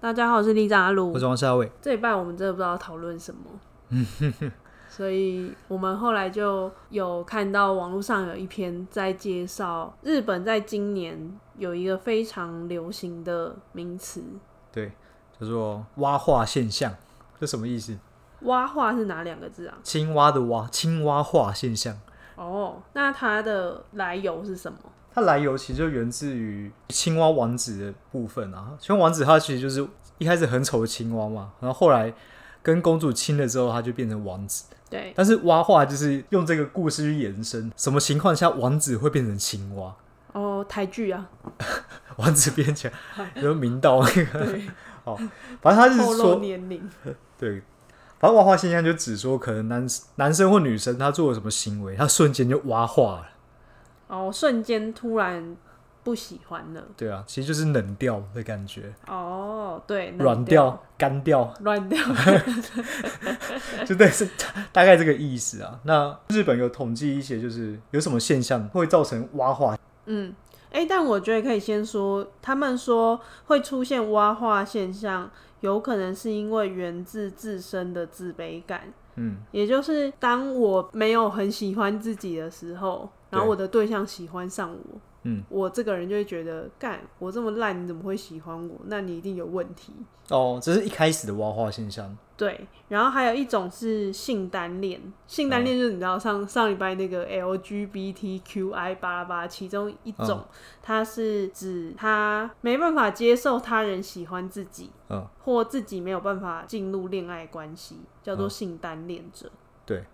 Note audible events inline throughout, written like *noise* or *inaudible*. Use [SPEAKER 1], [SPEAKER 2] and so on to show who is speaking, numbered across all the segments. [SPEAKER 1] 大家好，我是里长阿卢
[SPEAKER 2] 我是王少伟，
[SPEAKER 1] 这一半我们真的不知道讨论什么，所以我们后来就有看到网络上有一篇在介绍日本在今年有一个非常流行的名词，
[SPEAKER 2] 对，叫做蛙化现象，这什么意思？
[SPEAKER 1] 蛙化是哪两个字啊？
[SPEAKER 2] 青蛙的蛙，青蛙化现象，
[SPEAKER 1] 哦，那它的来由是什么？
[SPEAKER 2] 它来由其实就源自于青蛙王子的部分啊。青蛙王子他其实就是一开始很丑的青蛙嘛，然后后来跟公主亲了之后，他就变成王子。
[SPEAKER 1] 对，
[SPEAKER 2] 但是蛙化就是用这个故事去延伸，什么情况下王子会变成青蛙？ *laughs*
[SPEAKER 1] 哦，台剧啊，
[SPEAKER 2] 王子变成 *laughs* 比如明道那个，哦，反正他
[SPEAKER 1] 透
[SPEAKER 2] 是
[SPEAKER 1] 露
[SPEAKER 2] 说
[SPEAKER 1] 年龄，
[SPEAKER 2] 对，反正蛙化现象就只说可能男男生或女生他做了什么行为，他瞬间就蛙化了。
[SPEAKER 1] 哦，瞬间突然不喜欢了，
[SPEAKER 2] 对啊，其实就是冷掉的感觉，
[SPEAKER 1] 哦，对，冷
[SPEAKER 2] 软掉、干掉， *laughs*
[SPEAKER 1] 软掉，
[SPEAKER 2] 就对是大概这个意思啊。那日本有统计一些，就是有什么现象会造成蛙化，
[SPEAKER 1] 嗯，哎、但我觉得可以先说，他们说会出现蛙化现象，有可能是因为源自自身的自卑感，
[SPEAKER 2] 嗯，
[SPEAKER 1] 也就是当我没有很喜欢自己的时候，然后
[SPEAKER 2] 对
[SPEAKER 1] 我的对象喜欢上我，
[SPEAKER 2] 嗯，
[SPEAKER 1] 我这个人就会觉得，干，我这么烂，你怎么会喜欢我？那你一定有问题。
[SPEAKER 2] 哦，这是一开始的蛙化现象，
[SPEAKER 1] 对，然后还有一种是性单恋，性单
[SPEAKER 2] 嗯
[SPEAKER 1] 恋就是你知道上上礼拜那个 LGBTQI 巴拉巴拉，其中一
[SPEAKER 2] 嗯
[SPEAKER 1] 种，它是指他没办法接受他人喜欢自己，
[SPEAKER 2] 嗯，
[SPEAKER 1] 或自己没有办法进入恋爱关系，叫做性单恋者。
[SPEAKER 2] 嗯
[SPEAKER 1] 嗯
[SPEAKER 2] 对，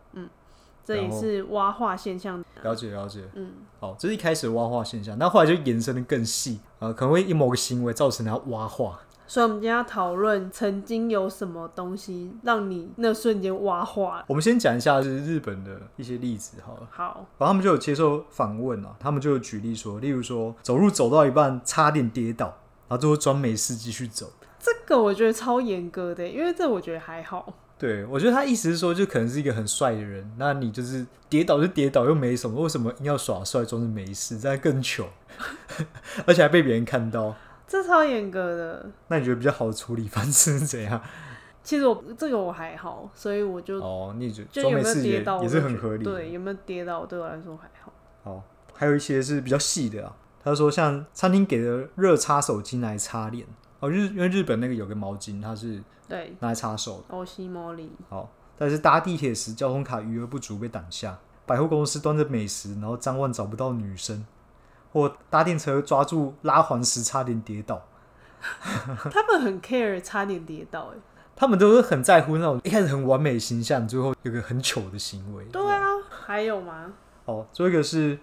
[SPEAKER 1] 这也
[SPEAKER 2] 然后
[SPEAKER 1] 是蛙化现象。
[SPEAKER 2] 了解了解，
[SPEAKER 1] 嗯，
[SPEAKER 2] 哦，这是一开始的蛙化现象，那后来就延伸的更细，呃，可能会因某个行为造成他蛙化，
[SPEAKER 1] 所以我们今天要讨论曾经有什么东西让你那瞬间蛙化。
[SPEAKER 2] 我们先讲一下就是日本的一些例子好了。
[SPEAKER 1] 好，
[SPEAKER 2] 然后他们就有接受访问啊，他们就有举例说，例如说走路走到一半差点跌倒，然后最后装没事继续走。
[SPEAKER 1] 这个我觉得超严格的，欸因为这我觉得还好。
[SPEAKER 2] 对，我觉得他意思是说，就可能是一个很帅的人，那你就是跌倒就跌倒，又没什么，为什么硬要耍帅装是没事，这样更糗， *laughs* 而且还被别人看到。
[SPEAKER 1] 这超严格的。
[SPEAKER 2] 那你觉得比较好的处理方式是怎样？
[SPEAKER 1] 其实我这个我还好，所以我就、
[SPEAKER 2] 哦，你觉得
[SPEAKER 1] 就有
[SPEAKER 2] 装
[SPEAKER 1] 没
[SPEAKER 2] 没
[SPEAKER 1] 有
[SPEAKER 2] 事也
[SPEAKER 1] 跌倒
[SPEAKER 2] 也
[SPEAKER 1] 我
[SPEAKER 2] 是
[SPEAKER 1] 就
[SPEAKER 2] 很
[SPEAKER 1] 觉得
[SPEAKER 2] 合理的。
[SPEAKER 1] 对，有没有跌倒对我来说还好。
[SPEAKER 2] 好，还有一些是比较细的啊。他说像餐厅给的热擦手巾来擦脸哦，日因为日本那个有个毛巾，它是
[SPEAKER 1] 对，
[SPEAKER 2] 拿来擦手的。
[SPEAKER 1] 欧西莫里
[SPEAKER 2] 好，但是搭地铁时交通卡余额不足被挡下，百货公司端着美食，然后张望找不到女生，或搭电车抓住拉环时差点跌倒，
[SPEAKER 1] 他们很 care，差点跌倒哎。
[SPEAKER 2] 他们都是很在乎那种一开始很完美的形象，最后有个很糗的行为。
[SPEAKER 1] 对啊，还有吗？
[SPEAKER 2] 哦，最后一个是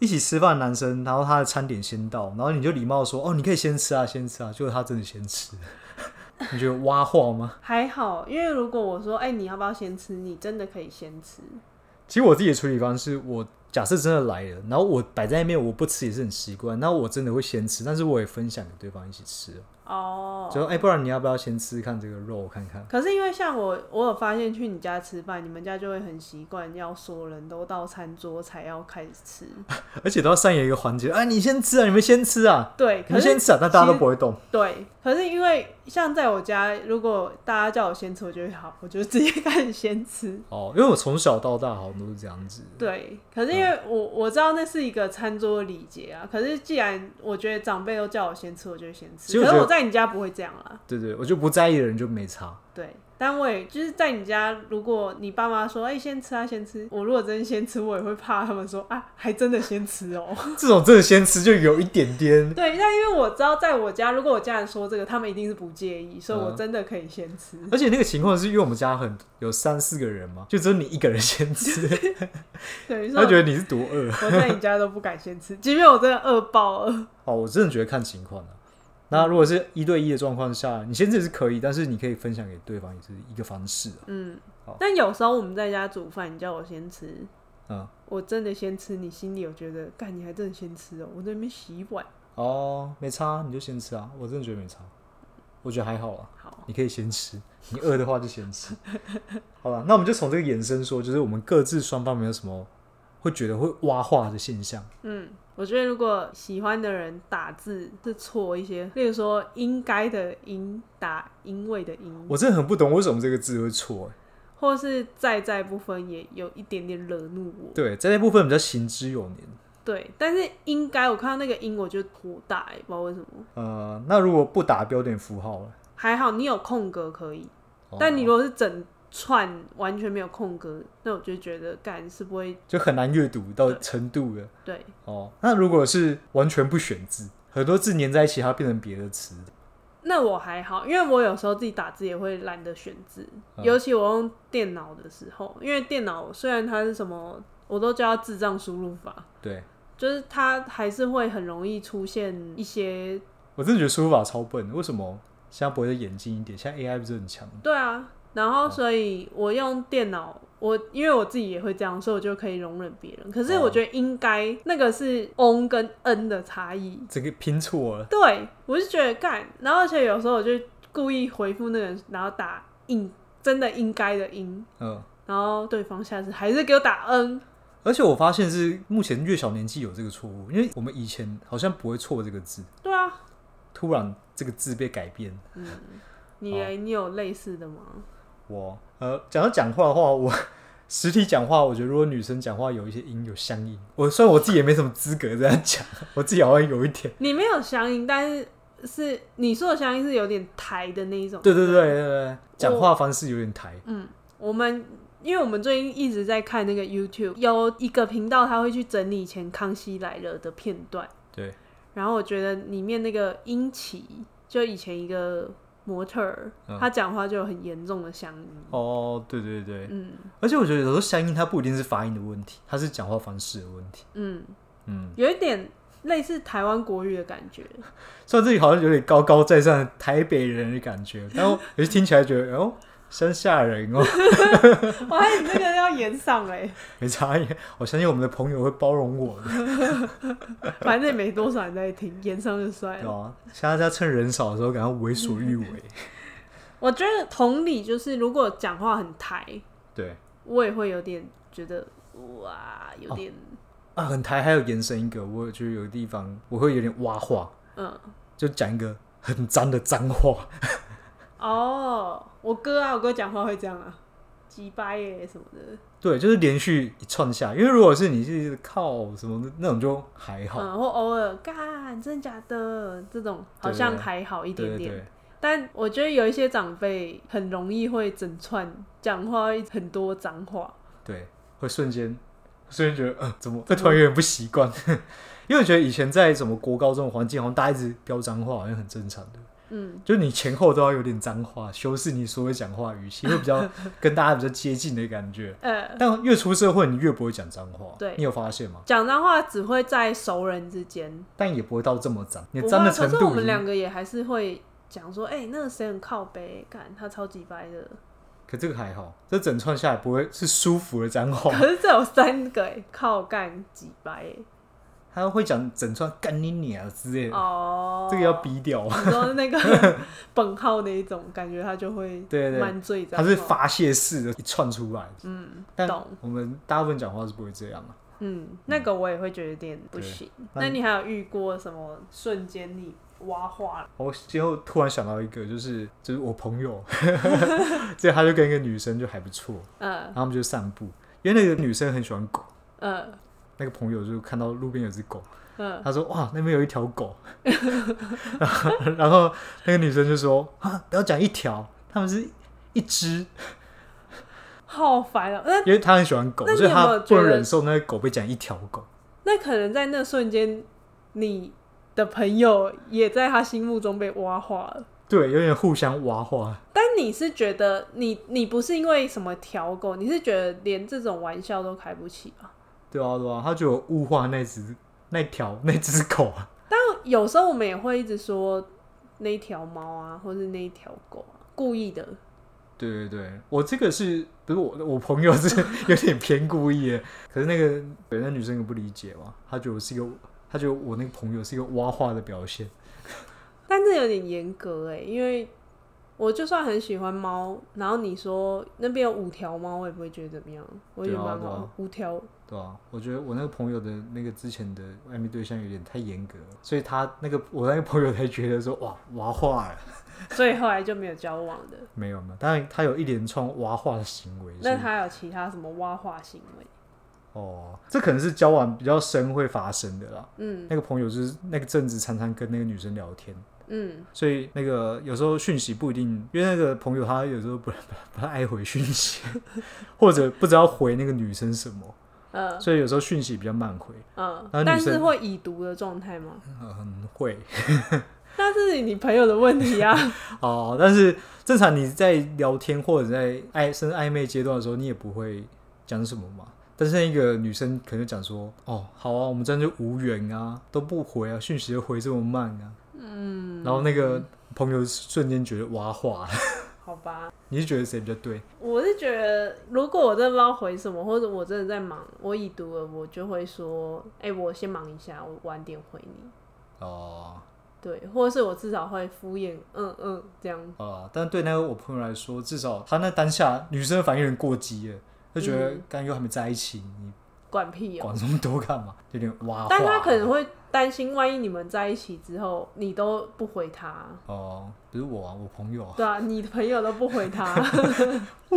[SPEAKER 2] 一起吃饭的男生，然后他的餐点先到，然后你就礼貌地说：“哦，你可以先吃啊，先吃啊。”结果他真的先吃， *laughs* 你觉得挖话吗？
[SPEAKER 1] 还好，因为如果我说哎、你要不要先吃？你真的可以先吃。
[SPEAKER 2] 其实我自己的处理方式，我假设真的来了，然后我摆在那边，我不吃也是很习惯。那我真的会先吃，但是我也分享给对方一起吃，
[SPEAKER 1] 哦、
[SPEAKER 2] 就说哎、不然你要不要先吃看这个肉看看？
[SPEAKER 1] 可是因为像我，我有发现去你家吃饭，你们家就会很习惯要说人都到餐桌才要开始吃。
[SPEAKER 2] 而且都要上演一个环节，哎、你先吃啊，你们先吃啊，
[SPEAKER 1] 对，
[SPEAKER 2] 你
[SPEAKER 1] 可
[SPEAKER 2] 们
[SPEAKER 1] 是
[SPEAKER 2] 先吃啊，但大家都不会动。
[SPEAKER 1] 对，可是因为像在我家，如果大家叫我先吃，我就会好，我就直接开始先吃。 *laughs*
[SPEAKER 2] 哦，因为我从小到大好像都是这样子。
[SPEAKER 1] 对，可是因为
[SPEAKER 2] 嗯
[SPEAKER 1] 我我知道那是一个餐桌礼节啊。可是既然我觉得长辈都叫我先吃，我就会先吃。
[SPEAKER 2] 其实我
[SPEAKER 1] 可
[SPEAKER 2] 觉
[SPEAKER 1] 是
[SPEAKER 2] 得
[SPEAKER 1] 我在你家不会这样啦。
[SPEAKER 2] 对对，我就不在意的人就没差。
[SPEAKER 1] 对，但我也就是在你家，如果你爸妈说“哎、先吃啊，先吃”，我如果真的先吃，我也会怕他们说“啊，还真的先吃
[SPEAKER 2] *laughs*
[SPEAKER 1] 哦、 *laughs*
[SPEAKER 2] 这种真的先吃就有一点点，
[SPEAKER 1] 对，但因为我知道在我家，如果我家人说这个，他们一定是不介意，所以我
[SPEAKER 2] 嗯
[SPEAKER 1] 真的可以先
[SPEAKER 2] *laughs*
[SPEAKER 1] 吃。
[SPEAKER 2] 而且那个情况是因为我们家很有三四个人嘛，就只有你一个人先吃，
[SPEAKER 1] 对，所以
[SPEAKER 2] 他
[SPEAKER 1] 我
[SPEAKER 2] 觉得你是多饿。
[SPEAKER 1] 我在你家都不敢先吃，即便我真的饿爆了。
[SPEAKER 2] 哦，我真的觉得看情况啊。那如果是一对一的状况下，你先自己是可以，但是你可以分享给对方也是一个方式啊。
[SPEAKER 1] 嗯
[SPEAKER 2] 好，
[SPEAKER 1] 但有时候我们在家煮饭，你叫我先吃，
[SPEAKER 2] 嗯，
[SPEAKER 1] 我真的先吃，你心里有觉得，干你还真的先吃哦，我在那边洗碗，
[SPEAKER 2] 哦，没差，你就先吃啊。我真的觉得没差，我觉得还好啊。
[SPEAKER 1] 好，
[SPEAKER 2] 你可以先吃，你饿的话就先吃。 *laughs* 好了，那我们就从这个延伸说，就是我们各自双方没有什么会觉得会挖话的现象。
[SPEAKER 1] 嗯，我觉得如果喜欢的人打字是错一些，例如说应该的应打因为的因，
[SPEAKER 2] 我真的很不懂为什么这个字会错、欸。
[SPEAKER 1] 或是在在不分，也有一点点惹怒我。
[SPEAKER 2] 对，在这部分比较行之有年。
[SPEAKER 1] 对，但是应该我看到那个音我就火大、欸，不知道为什么。
[SPEAKER 2] 呃，那如果不打标点符号了，
[SPEAKER 1] 还好你有空格可以，
[SPEAKER 2] 哦
[SPEAKER 1] 但你如果是整串完全没有空格，那我就觉得干是不会
[SPEAKER 2] 就很难阅读到程度了。
[SPEAKER 1] 对。
[SPEAKER 2] 哦，那如果是完全不选字，很多字粘在一起，它变成别的词。
[SPEAKER 1] 那我还好，因为我有时候自己打字也会懒得选字，
[SPEAKER 2] 嗯
[SPEAKER 1] 尤其我用电脑的时候，因为电脑虽然它是什么，我都叫它智障输入法，
[SPEAKER 2] 对
[SPEAKER 1] 就是它还是会很容易出现一些
[SPEAKER 2] 我真的觉得输入法超笨的，为什么现在不会再演进一点？现在 AI 不是很强？
[SPEAKER 1] 对啊，然
[SPEAKER 2] 哦
[SPEAKER 1] 后所以我用电脑，我因为我自己也会这样，所以我就可以容忍别人。可是
[SPEAKER 2] 哦
[SPEAKER 1] 我觉得应该那个是 on 跟 n 的差异，
[SPEAKER 2] 这个拼错了。
[SPEAKER 1] 对我就觉得干，然后而且有时候我就故意回复那个人，然后打应真的应该的应，
[SPEAKER 2] 嗯，
[SPEAKER 1] 然后对方下次还是给我打 n，
[SPEAKER 2] 而且我发现是目前越小年纪有这个错误，因为我们以前好像不会错这个字，
[SPEAKER 1] 对啊，
[SPEAKER 2] 突然这个字被改变。
[SPEAKER 1] 你、
[SPEAKER 2] 哦
[SPEAKER 1] 你有类似的吗？
[SPEAKER 2] 我呃，讲到讲话的话，我 *laughs* 实体讲话，我觉得如果女生讲话有一些音有相应，我虽然我自己也没什么资格这样讲，我自己好像有一点。
[SPEAKER 1] 你没有相应，但是是你说的相应是有点抬的那一种，
[SPEAKER 2] 对对
[SPEAKER 1] 不
[SPEAKER 2] 对对对，讲话方式有点抬。
[SPEAKER 1] 我们因为我们最近一直在看那个 YouTube，有一个频道他会去整理以前《康熙来了》的片段，
[SPEAKER 2] 对，
[SPEAKER 1] 然后我觉得里面那个英奇，就以前一个模特儿，
[SPEAKER 2] 嗯
[SPEAKER 1] 他讲话就有很严重的乡音。
[SPEAKER 2] 哦，对对对，
[SPEAKER 1] 嗯
[SPEAKER 2] 而且我觉得有时候相应它不一定是发音的问题，它是讲话方式的问题。
[SPEAKER 1] 嗯，
[SPEAKER 2] 嗯，
[SPEAKER 1] 有一点类似台湾国语的感 *laughs* 觉。
[SPEAKER 2] 虽然自己好像有点高高在上的台北人的感觉，但我有时听起来觉得哦，乡下人哦， *laughs*
[SPEAKER 1] 我还以为那个要演上哎、
[SPEAKER 2] 没差异。我相信我们的朋友会包容我的，
[SPEAKER 1] 反正也没多少人在听，演上就算
[SPEAKER 2] 对
[SPEAKER 1] 了。
[SPEAKER 2] 吧？现在在趁人少的时候，感到为所欲为。
[SPEAKER 1] 我觉得同理就是，如果讲话很抬，
[SPEAKER 2] 对
[SPEAKER 1] 我也会有点觉得哇，有点、
[SPEAKER 2] 啊，很台还有延伸一个，我觉得有个地方我会有点挖话，
[SPEAKER 1] 嗯。
[SPEAKER 2] 就讲一个很脏的脏话。
[SPEAKER 1] 哦，我哥啊，我哥讲话会这样啊，鸡掰耶什么的。
[SPEAKER 2] 对，就是连续一串下，因为如果是你是靠什么那种就还好，
[SPEAKER 1] 嗯，或偶尔干，真的假的这种，好像还好一
[SPEAKER 2] 对
[SPEAKER 1] 点
[SPEAKER 2] 对
[SPEAKER 1] 点。
[SPEAKER 2] 对，
[SPEAKER 1] 但我觉得有一些长辈很容易会整串讲话会很多脏话。
[SPEAKER 2] 对，会瞬间瞬间觉得，呃，怎么会突然有点不习惯？ *laughs* 因为我觉得以前在什么国高中的环境，好像大家一直飙脏话，好像很正常的，
[SPEAKER 1] 嗯，
[SPEAKER 2] 就是你前后都要有点脏话，修饰你所谓讲话语气，会比较跟大家比较接近的感觉。
[SPEAKER 1] 呃，
[SPEAKER 2] 但越出社会，你越不会讲脏话，
[SPEAKER 1] 对
[SPEAKER 2] 你有发现吗？
[SPEAKER 1] 讲脏话只会在熟人之间。
[SPEAKER 2] 但也不会到这么脏，你
[SPEAKER 1] 不
[SPEAKER 2] 脏
[SPEAKER 1] 会
[SPEAKER 2] 的
[SPEAKER 1] 啊
[SPEAKER 2] 程
[SPEAKER 1] 可是我
[SPEAKER 2] 度已
[SPEAKER 1] 们两
[SPEAKER 2] 经，
[SPEAKER 1] 个也还是会讲说，哎、那个谁很靠北，干他超级掰的。
[SPEAKER 2] 可这个还好，这整串下来不会是舒服的脏话。
[SPEAKER 1] 可是这有三个哎，靠干几掰耶
[SPEAKER 2] 他会讲整串干你娘之类的，
[SPEAKER 1] 哦，
[SPEAKER 2] 这个要逼掉啊。
[SPEAKER 1] 你说那
[SPEAKER 2] *laughs*
[SPEAKER 1] 个 *laughs* 本号那一种，感觉他就会
[SPEAKER 2] 对对
[SPEAKER 1] 蛮醉
[SPEAKER 2] 他是发泄式的一串出来，
[SPEAKER 1] 嗯
[SPEAKER 2] 但
[SPEAKER 1] 懂
[SPEAKER 2] 我们大部分讲话是不会这样啊。
[SPEAKER 1] 嗯，那个我也会觉得有点不行。
[SPEAKER 2] 那
[SPEAKER 1] 那你还有遇过什么瞬间你挖话了？
[SPEAKER 2] 我最后突然想到一个，就是就是我朋友， *laughs* 这他就跟一个女生就还不错，
[SPEAKER 1] 呃
[SPEAKER 2] 然后他们就散步，因为那个女生很喜欢狗，
[SPEAKER 1] 呃
[SPEAKER 2] 那个朋友就看到路边有只狗，
[SPEAKER 1] 呃，
[SPEAKER 2] 他说哇那边有一条狗， *laughs* 然后然后那个女生就说啊不要讲一条，他们是一只，
[SPEAKER 1] 好烦哦。那
[SPEAKER 2] 因为他很喜欢狗
[SPEAKER 1] 那，你
[SPEAKER 2] 所以
[SPEAKER 1] 有没有
[SPEAKER 2] 他不
[SPEAKER 1] 觉
[SPEAKER 2] 能
[SPEAKER 1] 得
[SPEAKER 2] 忍受那个狗被讲一条狗。
[SPEAKER 1] 那可能在那瞬间，你的朋友也在他心目中被挖化了。
[SPEAKER 2] 对，有点互相挖话。
[SPEAKER 1] 但你是觉得你你不是因为什么条狗，你是觉得连这种玩笑都开不起吧？
[SPEAKER 2] 对啊，对啊，他就有物化那只、那条、那只狗啊。
[SPEAKER 1] 有时候我们也会一直说，那一条猫啊，或是那一条狗啊，故意的。
[SPEAKER 2] 对对对，我这个是不是我我朋友是 *laughs* 有点偏故意的？可是那个对那女生也不理解嘛，她觉得我是一个，她觉得我那个朋友是一个挖话的表现。
[SPEAKER 1] 但这有点严格哎、因为我就算很喜欢猫，然后你说那边有五条猫，我也不会觉得怎么样，我也觉得蛮
[SPEAKER 2] 对啊对
[SPEAKER 1] 好
[SPEAKER 2] 啊。
[SPEAKER 1] 五条
[SPEAKER 2] 对啊，我觉得我那个朋友的那个之前的暧昧对象有点太严格了，所以他那个我那个朋友才觉得说哇挖话了，
[SPEAKER 1] 所以后来就没有交往的。
[SPEAKER 2] 没有嘛？当然他有一连串挖话的行为，所
[SPEAKER 1] 那
[SPEAKER 2] 以
[SPEAKER 1] 他有其他什么挖化行为？
[SPEAKER 2] 哦，这可能是交往比较深会发生的啦。
[SPEAKER 1] 嗯
[SPEAKER 2] 那个朋友就是那个阵子常常跟那个女生聊天，
[SPEAKER 1] 嗯，
[SPEAKER 2] 所以那个有时候讯息不一定，因为那个朋友他有时候不不太爱回讯息， *laughs* 或者不知道回那个女生什么，
[SPEAKER 1] 呃
[SPEAKER 2] 所以有时候讯息比较慢回。
[SPEAKER 1] 呃，
[SPEAKER 2] 那女
[SPEAKER 1] 但是
[SPEAKER 2] 生
[SPEAKER 1] 会已读的状态吗？
[SPEAKER 2] 嗯，会
[SPEAKER 1] 那是你朋友的问题 *laughs* 啊。
[SPEAKER 2] 哦，但是正常你在聊天或者在暧甚至暧昧阶段的时候，你也不会讲什么嘛。但是那个女生可能就讲说：“哦，好啊，我们这样就无缘啊，都不回啊，讯息又回这么慢啊。”嗯，然后那个朋友瞬间觉得挖话 *laughs* 了。
[SPEAKER 1] 好吧，
[SPEAKER 2] 你是觉得谁比较对？
[SPEAKER 1] 我是觉得，如果我真的不知道回什么，或者我真的在忙，我已读了，我就会说，哎、我先忙一下，我晚点回你。
[SPEAKER 2] 哦，
[SPEAKER 1] 对，或者是我至少会敷衍，嗯嗯，这样。
[SPEAKER 2] 啊，但对那个我朋友来说，至少他那当下女生的反应有点过激了，就觉得
[SPEAKER 1] 嗯
[SPEAKER 2] 刚又还没在一起，你
[SPEAKER 1] 管屁哦、
[SPEAKER 2] 管这么多干嘛？有点挖话。
[SPEAKER 1] 但他可能会担心，万一你们在一起之后，你都不回他，
[SPEAKER 2] 哦，不是我啊，我朋友啊，
[SPEAKER 1] 对啊，你的朋友都不回他，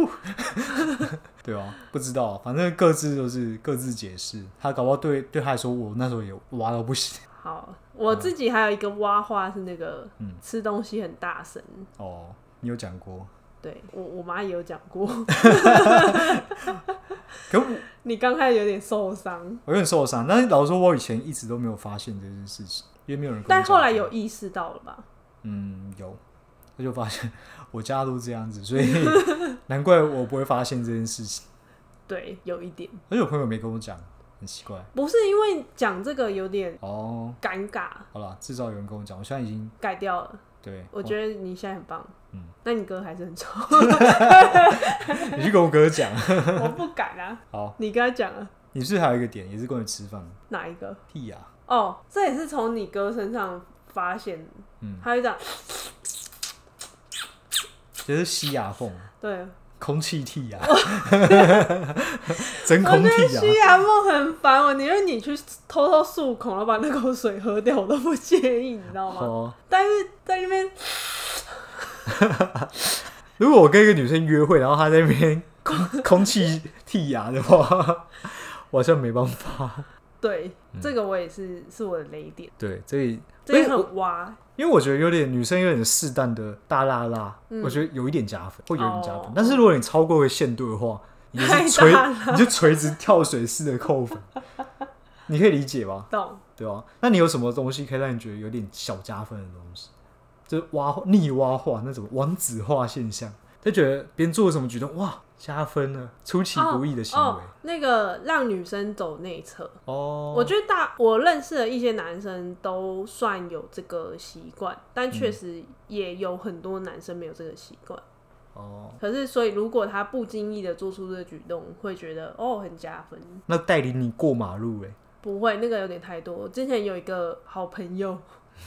[SPEAKER 2] *laughs* 对啊，不知道啊，反正各自都是各自解释。他搞不好对对他来说，我那时候也挖到不行。
[SPEAKER 1] 好，我自己还有一个挖话是那个、
[SPEAKER 2] 嗯
[SPEAKER 1] 吃东西很大声，
[SPEAKER 2] 哦，你有讲过，
[SPEAKER 1] 对我我妈也有讲过，
[SPEAKER 2] *laughs* 可我
[SPEAKER 1] *laughs* 你刚开始有点受伤，
[SPEAKER 2] 我有点受伤。但是老实说，我以前一直都没有发现这件事情，因为没有人跟我
[SPEAKER 1] 但
[SPEAKER 2] 讲过。
[SPEAKER 1] 后来有意识到了吧？
[SPEAKER 2] 嗯，有， *laughs* 我就发现我家都这样子，所以 *laughs* 难怪我不会发现这件事情。
[SPEAKER 1] 对，有一点，
[SPEAKER 2] 而且我朋友没跟我讲，很奇怪。
[SPEAKER 1] 不是因为讲这个有点
[SPEAKER 2] 哦，
[SPEAKER 1] 尴尬，
[SPEAKER 2] 好了，至少有人跟我讲，我现在已经
[SPEAKER 1] 改掉了。
[SPEAKER 2] 对，
[SPEAKER 1] 我觉得你现在很棒，
[SPEAKER 2] 嗯
[SPEAKER 1] 那你哥还是很
[SPEAKER 2] *laughs*
[SPEAKER 1] 丑，
[SPEAKER 2] 得你去跟我哥讲。
[SPEAKER 1] 我不敢啊，
[SPEAKER 2] 好，
[SPEAKER 1] 你跟他讲啊，
[SPEAKER 2] 你是不是还有一个点，也是关于吃饭的
[SPEAKER 1] 哪一个？
[SPEAKER 2] 屁呀、
[SPEAKER 1] 哦，这也是从你哥身上发现，
[SPEAKER 2] 嗯，
[SPEAKER 1] 他就讲，
[SPEAKER 2] 就是吸牙缝，
[SPEAKER 1] 对，
[SPEAKER 2] 空气涕呀、真
[SPEAKER 1] 我
[SPEAKER 2] 空啊
[SPEAKER 1] 觉得
[SPEAKER 2] 涕呀、
[SPEAKER 1] 虚牙梦很烦，我宁愿你去偷偷漱口，然后把那口水喝掉，我都不介意，你知道吗？
[SPEAKER 2] 哦，
[SPEAKER 1] 但是在那边
[SPEAKER 2] 如果我跟一个女生约会，然后她在那边空空气剔牙的话，我好像没办法。
[SPEAKER 1] 对、
[SPEAKER 2] 嗯
[SPEAKER 1] 这个我也是是我的雷点，
[SPEAKER 2] 对，这里
[SPEAKER 1] 这也
[SPEAKER 2] 我
[SPEAKER 1] 很挖，
[SPEAKER 2] 因为我觉得有点女生有点适当的大辣辣，我觉得有一点加分，会有一点加分。
[SPEAKER 1] 哦
[SPEAKER 2] 但是如果你超过一个限度的话，你就是垂
[SPEAKER 1] 太大辣，
[SPEAKER 2] *laughs* 你就垂直跳水式的扣分，你可以理解吧？
[SPEAKER 1] 懂？
[SPEAKER 2] 对吧、那你有什么东西可以让你觉得有点小加分的东西？就是挖逆挖化那种王子化现象，就觉得别人做了什么举动，哇，加分了，出其不意的行
[SPEAKER 1] 哦
[SPEAKER 2] 为。
[SPEAKER 1] 那个让女生走内侧，
[SPEAKER 2] 哦，
[SPEAKER 1] 我觉得大我认识的一些男生都算有这个习惯，但确实也有很多男生没有这个习惯。
[SPEAKER 2] 哦，
[SPEAKER 1] 可是，所以如果他不经意的做出这个举动，会觉得哦很加分。
[SPEAKER 2] 那带领你过马路、欸，
[SPEAKER 1] 不会，那个有点太多。我之前有一个好朋友， *laughs*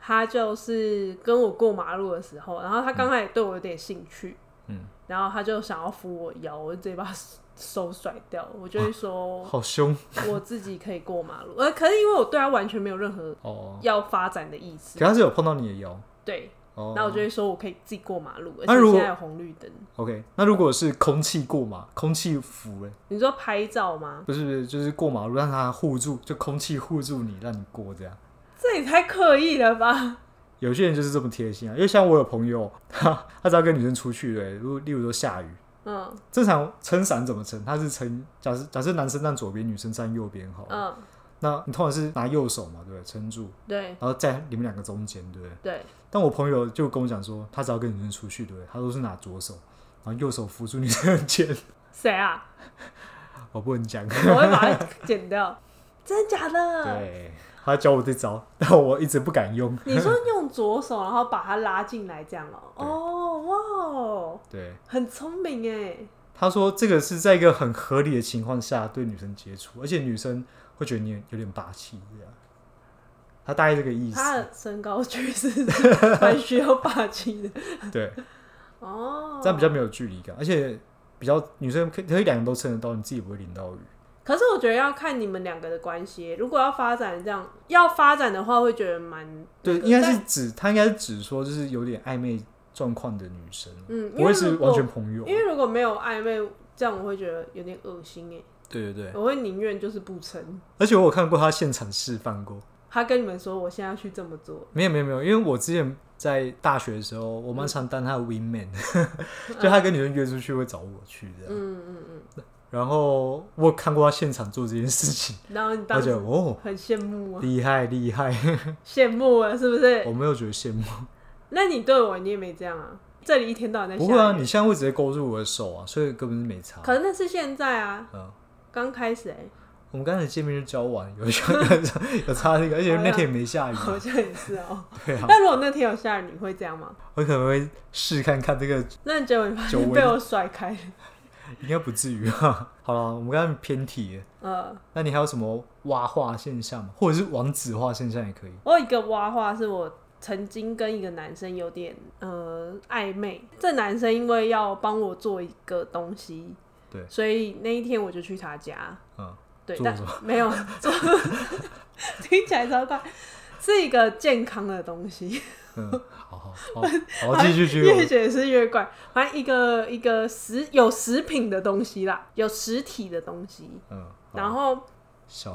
[SPEAKER 1] 他就是跟我过马路的时候，然后他刚开始对我有点兴趣，
[SPEAKER 2] 嗯，
[SPEAKER 1] 然后他就想要扶我腰，我就直接把他手甩掉。我就会说
[SPEAKER 2] 好凶
[SPEAKER 1] *laughs* 我自己可以过马路，呃，可是因为我对他完全没有任何
[SPEAKER 2] 哦。
[SPEAKER 1] 要发展的意思
[SPEAKER 2] 可，他是有碰到你的腰
[SPEAKER 1] 对，
[SPEAKER 2] 哦。
[SPEAKER 1] 那我就会说我可以自己过马路，而
[SPEAKER 2] 那如
[SPEAKER 1] 且
[SPEAKER 2] 果
[SPEAKER 1] 现在有红绿灯。
[SPEAKER 2] OK，那如果是空气过马，空气扶、欸，
[SPEAKER 1] 你说拍照吗？
[SPEAKER 2] 不是不是，就是过马路让它护住，就空气护住你，让你过这样。
[SPEAKER 1] 这也太刻意了吧！ *laughs*
[SPEAKER 2] 有些人就是这么贴心啊，因为像我有朋友， *laughs* 他他只要跟女生出去对，如例如说下雨，
[SPEAKER 1] 嗯
[SPEAKER 2] 正常撑伞怎么撑？他是撑，假设假设男生站左边，女生站右边好了，
[SPEAKER 1] 嗯，
[SPEAKER 2] 那你通常是拿右手嘛，对不对？撑住，
[SPEAKER 1] 对
[SPEAKER 2] 然后在你们两个中间，对不对？
[SPEAKER 1] 对，
[SPEAKER 2] 但我朋友就跟我讲说，他只要跟女生出去，对不对？他都是拿左手，然后右手扶住女生的肩。 *laughs*
[SPEAKER 1] 谁啊？
[SPEAKER 2] 我不能讲，
[SPEAKER 1] 我会把它剪 *laughs* 掉。真的假的？
[SPEAKER 2] 对，他教我这招，但我一直不敢用。
[SPEAKER 1] 你说用左手，然后把他拉进来，这样哦、
[SPEAKER 2] 对
[SPEAKER 1] 哦，哇哦，
[SPEAKER 2] 对，
[SPEAKER 1] 很聪明哎。
[SPEAKER 2] 他说这个是在一个很合理的情况下对女生接触，而且女生会觉得你有点霸气这样。他大概这个意
[SPEAKER 1] 他
[SPEAKER 2] 思，
[SPEAKER 1] 的身高确实是蛮需要霸气的
[SPEAKER 2] 对，
[SPEAKER 1] 哦
[SPEAKER 2] *laughs* 这。样比较没有距离感，而且比较女生可以可以两个都撑得到，你自己不会淋到雨。
[SPEAKER 1] 可是我觉得要看你们两个的关系，如果要发展这样，要发展的话，会觉得蛮
[SPEAKER 2] 对，
[SPEAKER 1] 那个
[SPEAKER 2] 应该是
[SPEAKER 1] 但
[SPEAKER 2] 指他应该是指说就是有点暧昧状况的女生，
[SPEAKER 1] 嗯，
[SPEAKER 2] 不
[SPEAKER 1] 因为
[SPEAKER 2] 会是
[SPEAKER 1] 如
[SPEAKER 2] 完
[SPEAKER 1] 果
[SPEAKER 2] 全朋友。啊
[SPEAKER 1] 因为如果没有暧昧，这样我会觉得有点恶心哎，
[SPEAKER 2] 对对对，
[SPEAKER 1] 我会宁愿就是不成。
[SPEAKER 2] 而且我有看过他现场示范过，
[SPEAKER 1] 他跟你们说我现在要去这么做，
[SPEAKER 2] 没有没有没有，因为我之前在大学的时候，我
[SPEAKER 1] 嗯
[SPEAKER 2] 蛮常当他的 win man，、就他跟女生约出去会找我去这样。
[SPEAKER 1] 嗯嗯嗯，
[SPEAKER 2] 然后我有看过他现场做这件事情，
[SPEAKER 1] 然后你 *laughs*
[SPEAKER 2] 我
[SPEAKER 1] 当
[SPEAKER 2] 觉
[SPEAKER 1] 时
[SPEAKER 2] 得哦，
[SPEAKER 1] 很羡慕啊，
[SPEAKER 2] 厉害厉害，
[SPEAKER 1] 羡慕了是不是？
[SPEAKER 2] 我没有觉得羡慕。
[SPEAKER 1] 那你对我你也没这样啊，这里一天到晚在
[SPEAKER 2] 不会啊，
[SPEAKER 1] 下雨
[SPEAKER 2] 你现在会直接勾住我的手啊，所以根本是没差。
[SPEAKER 1] 可是那是现在啊，
[SPEAKER 2] 嗯，
[SPEAKER 1] 刚开始哎、
[SPEAKER 2] 我们刚才见面就交往，有
[SPEAKER 1] *laughs*
[SPEAKER 2] 有有有差那个，而且那天也没下雨，
[SPEAKER 1] 好像也是哦、
[SPEAKER 2] 哎 *laughs* 对啊，
[SPEAKER 1] 但如果那天有下雨，你会这样吗？
[SPEAKER 2] 我可能会试看看这个，
[SPEAKER 1] 那结果你发
[SPEAKER 2] 久
[SPEAKER 1] 现
[SPEAKER 2] 违
[SPEAKER 1] 被我甩开了，
[SPEAKER 2] 应该不至于啊。好了，我们刚才偏题了，
[SPEAKER 1] 呃，
[SPEAKER 2] 那你还有什么蛙化现象吗？或者是王子化现象也可以。
[SPEAKER 1] 我有一个挖话是我曾经跟一个男生有点呃暧昧，这男生因为要帮我做一个东西，
[SPEAKER 2] 对
[SPEAKER 1] 所以那一天我就去他家，
[SPEAKER 2] 嗯，
[SPEAKER 1] 对，
[SPEAKER 2] 做
[SPEAKER 1] 但
[SPEAKER 2] 什么
[SPEAKER 1] *laughs* 没有做，听起来超怪，是一个健康的东
[SPEAKER 2] *laughs*
[SPEAKER 1] 西，
[SPEAKER 2] 嗯，好好好， *laughs* 好，继续继续
[SPEAKER 1] 越
[SPEAKER 2] 我。
[SPEAKER 1] 解释越怪，反正一个一个食有食品的东西啦，有实体的东西， *laughs*
[SPEAKER 2] 嗯，
[SPEAKER 1] 然
[SPEAKER 2] 好
[SPEAKER 1] 后。
[SPEAKER 2] 小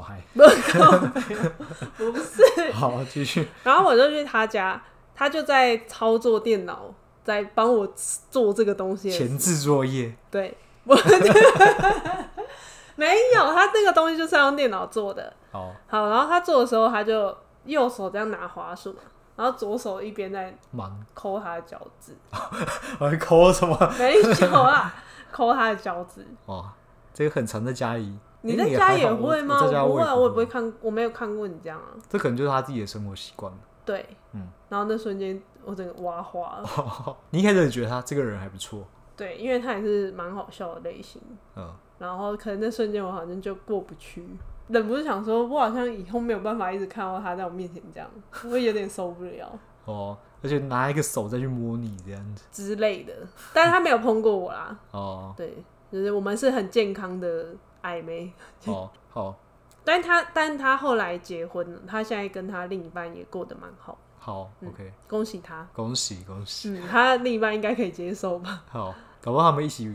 [SPEAKER 1] *laughs*
[SPEAKER 2] 孩，
[SPEAKER 1] 不靠北哦不是。
[SPEAKER 2] 好，
[SPEAKER 1] *laughs*
[SPEAKER 2] 继续。
[SPEAKER 1] 然后我就去他家，他就在操作电脑，在帮我做这个东西的时候。
[SPEAKER 2] 前置作业，
[SPEAKER 1] 对，我 *laughs* 没有，他那个东西就是要用电脑做的。
[SPEAKER 2] 好，
[SPEAKER 1] 好，然后他做的时候，他就右手这样拿滑鼠嘛，然后左手一边在
[SPEAKER 2] 忙，
[SPEAKER 1] 抠他的脚趾，
[SPEAKER 2] 我还抠什
[SPEAKER 1] *laughs*
[SPEAKER 2] 么？
[SPEAKER 1] 没有啊，抠他的脚趾。
[SPEAKER 2] 哇，这个很常在家里。
[SPEAKER 1] 哦你
[SPEAKER 2] 诶
[SPEAKER 1] 在
[SPEAKER 2] 也
[SPEAKER 1] 家
[SPEAKER 2] 还
[SPEAKER 1] 也
[SPEAKER 2] 好我
[SPEAKER 1] 会吗？
[SPEAKER 2] 我
[SPEAKER 1] 我
[SPEAKER 2] 在家
[SPEAKER 1] 不会啊，
[SPEAKER 2] 也
[SPEAKER 1] 我也不会。看，我没有看过你这样啊。
[SPEAKER 2] 这可能就是他自己的生活习惯了。 *laughs*
[SPEAKER 1] 对，
[SPEAKER 2] 嗯，哦
[SPEAKER 1] 然后那瞬间我整个挖花了。
[SPEAKER 2] 你一开始也觉得他这个人还不错，
[SPEAKER 1] 对，因为他也是蛮好笑的类型，
[SPEAKER 2] 嗯，
[SPEAKER 1] 然后可能那瞬间我好像就过不去，忍不住想说，我好像以后没有办法一直看到他在我面前这样，我会有点受不了
[SPEAKER 2] 哦，而且拿一个手再去摸你这样子，
[SPEAKER 1] *laughs* 之类的。但是他没有碰过我啦，
[SPEAKER 2] 哦
[SPEAKER 1] 对，就是我们是很健康的暧昧。
[SPEAKER 2] 哦好
[SPEAKER 1] 但他但他后来结婚了，他现在跟他另一半也过得蛮好，
[SPEAKER 2] 好，OK，
[SPEAKER 1] 嗯恭喜他。
[SPEAKER 2] 恭喜恭喜，
[SPEAKER 1] 嗯，他另一半应该可以接受 *laughs* 吧？
[SPEAKER 2] 好，搞不好他们一起
[SPEAKER 1] *laughs*
[SPEAKER 2] 一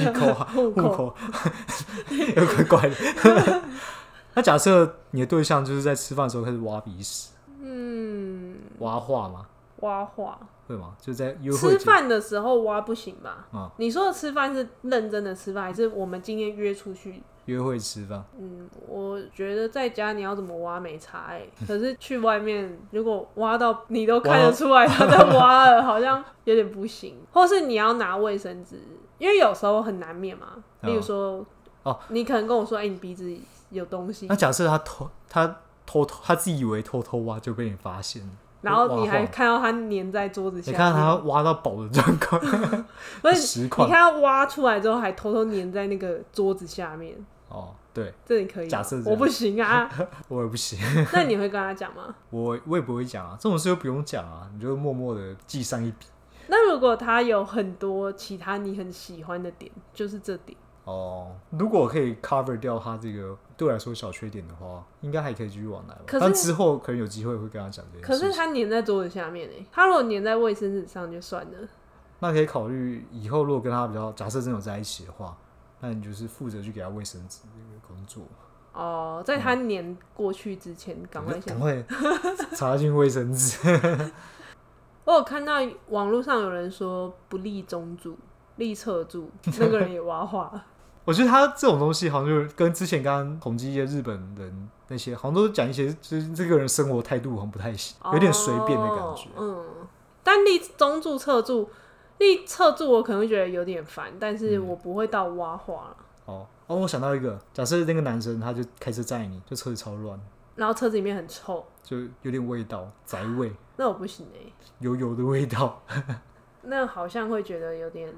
[SPEAKER 2] 起抠啊，
[SPEAKER 1] 户
[SPEAKER 2] 户
[SPEAKER 1] 口
[SPEAKER 2] 口，有怪怪的。 *laughs* 那假设你的对象就是在吃饭的时候开始挖鼻屎，
[SPEAKER 1] 嗯，
[SPEAKER 2] 挖话吗？
[SPEAKER 1] 挖话，
[SPEAKER 2] 会吗？就在约会
[SPEAKER 1] 吃
[SPEAKER 2] 前
[SPEAKER 1] 饭的时候挖不行吧？
[SPEAKER 2] 嗯
[SPEAKER 1] 你说的吃饭是认真的吃饭，还是我们今天约出去？
[SPEAKER 2] 约会吃饭，
[SPEAKER 1] 嗯，我觉得在家你要怎么挖没差哎、
[SPEAKER 2] 嗯
[SPEAKER 1] 可是去外面如果挖到你都看得出
[SPEAKER 2] *laughs*
[SPEAKER 1] 来他在挖了，好像有点不行。 *laughs* 或是你要拿卫生纸，因为有时候很难免嘛。
[SPEAKER 2] 嗯
[SPEAKER 1] 例如说，
[SPEAKER 2] 哦，
[SPEAKER 1] 你可能跟我说，哎、你鼻子有东西
[SPEAKER 2] 那，假设他偷他偷偷他自己以为偷偷挖就被你发现了，
[SPEAKER 1] *laughs* 然后你还
[SPEAKER 2] 挖话
[SPEAKER 1] 看到它粘在桌子下
[SPEAKER 2] 你
[SPEAKER 1] 面，
[SPEAKER 2] 看他挖到宝的状况
[SPEAKER 1] 啊 *laughs* 不是
[SPEAKER 2] 实
[SPEAKER 1] 你
[SPEAKER 2] 况
[SPEAKER 1] 看它挖出来之后还偷偷粘在那个桌子下面，
[SPEAKER 2] 哦，对
[SPEAKER 1] 这你可以吗？
[SPEAKER 2] 假设这样
[SPEAKER 1] 我不行
[SPEAKER 2] *laughs*
[SPEAKER 1] 啊，
[SPEAKER 2] 我也不行，
[SPEAKER 1] 那你会跟他讲吗？
[SPEAKER 2] 我我也不会讲啊，这种事又不用讲啊，你就默默的记上一笔
[SPEAKER 1] 那如果他有很多其他你很喜欢的点，就是这点，
[SPEAKER 2] 哦。如果我可以 cover 掉他这个对我来说小缺点的话，应该还可以继续往来吧。
[SPEAKER 1] 可是
[SPEAKER 2] 但之后可能有机会会跟他讲这件
[SPEAKER 1] 可
[SPEAKER 2] 事情，
[SPEAKER 1] 是他粘在桌子下面诶、他如果粘在卫生纸上就算了，
[SPEAKER 2] 那可以考虑以后如果跟他比较，假设真的有在一起的话，那你就是负责去给他卫生纸这个工作。
[SPEAKER 1] 哦、在他粘过去之前赶快先
[SPEAKER 2] 赶。快插进卫生纸。 *laughs*
[SPEAKER 1] 我有看到网络上有人说不立中柱，立侧柱，那个人也挖话，
[SPEAKER 2] 我觉得他这种东西好像就是跟之前刚刚统计一些日本人那些，好像都讲一些就是这个人生活态度好像不太行， *laughs* 有点随便的感觉。
[SPEAKER 1] 哦嗯，但立中柱、侧柱。立侧柱我可能会觉得有点烦，但是我不会到挖话了。
[SPEAKER 2] 哦哦，我想到一个，假设那个男生他就开车载你，就车子超乱，
[SPEAKER 1] 然后车子里面很臭，
[SPEAKER 2] 就有点味道，宅味， *laughs*
[SPEAKER 1] 那我不行哎、
[SPEAKER 2] 油油的味道， *laughs*
[SPEAKER 1] 那好像会觉得有点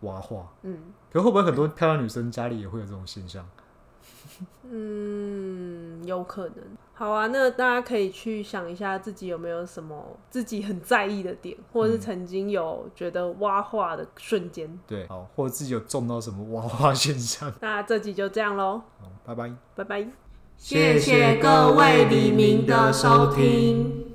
[SPEAKER 2] 娃化。
[SPEAKER 1] 嗯
[SPEAKER 2] 可会不会很多漂亮女生家里也会有这种现象？
[SPEAKER 1] 嗯，有可能。好啊，那大家可以去想一下自己有没有什么自己很在意的点，或者是曾经有觉得挖话的瞬间。
[SPEAKER 2] 对，好，或者自己有中到什么娃化现象？
[SPEAKER 1] 那这集就这样喽，
[SPEAKER 2] 好，拜拜。
[SPEAKER 1] 拜拜。
[SPEAKER 2] 谢谢各位黎明的收听。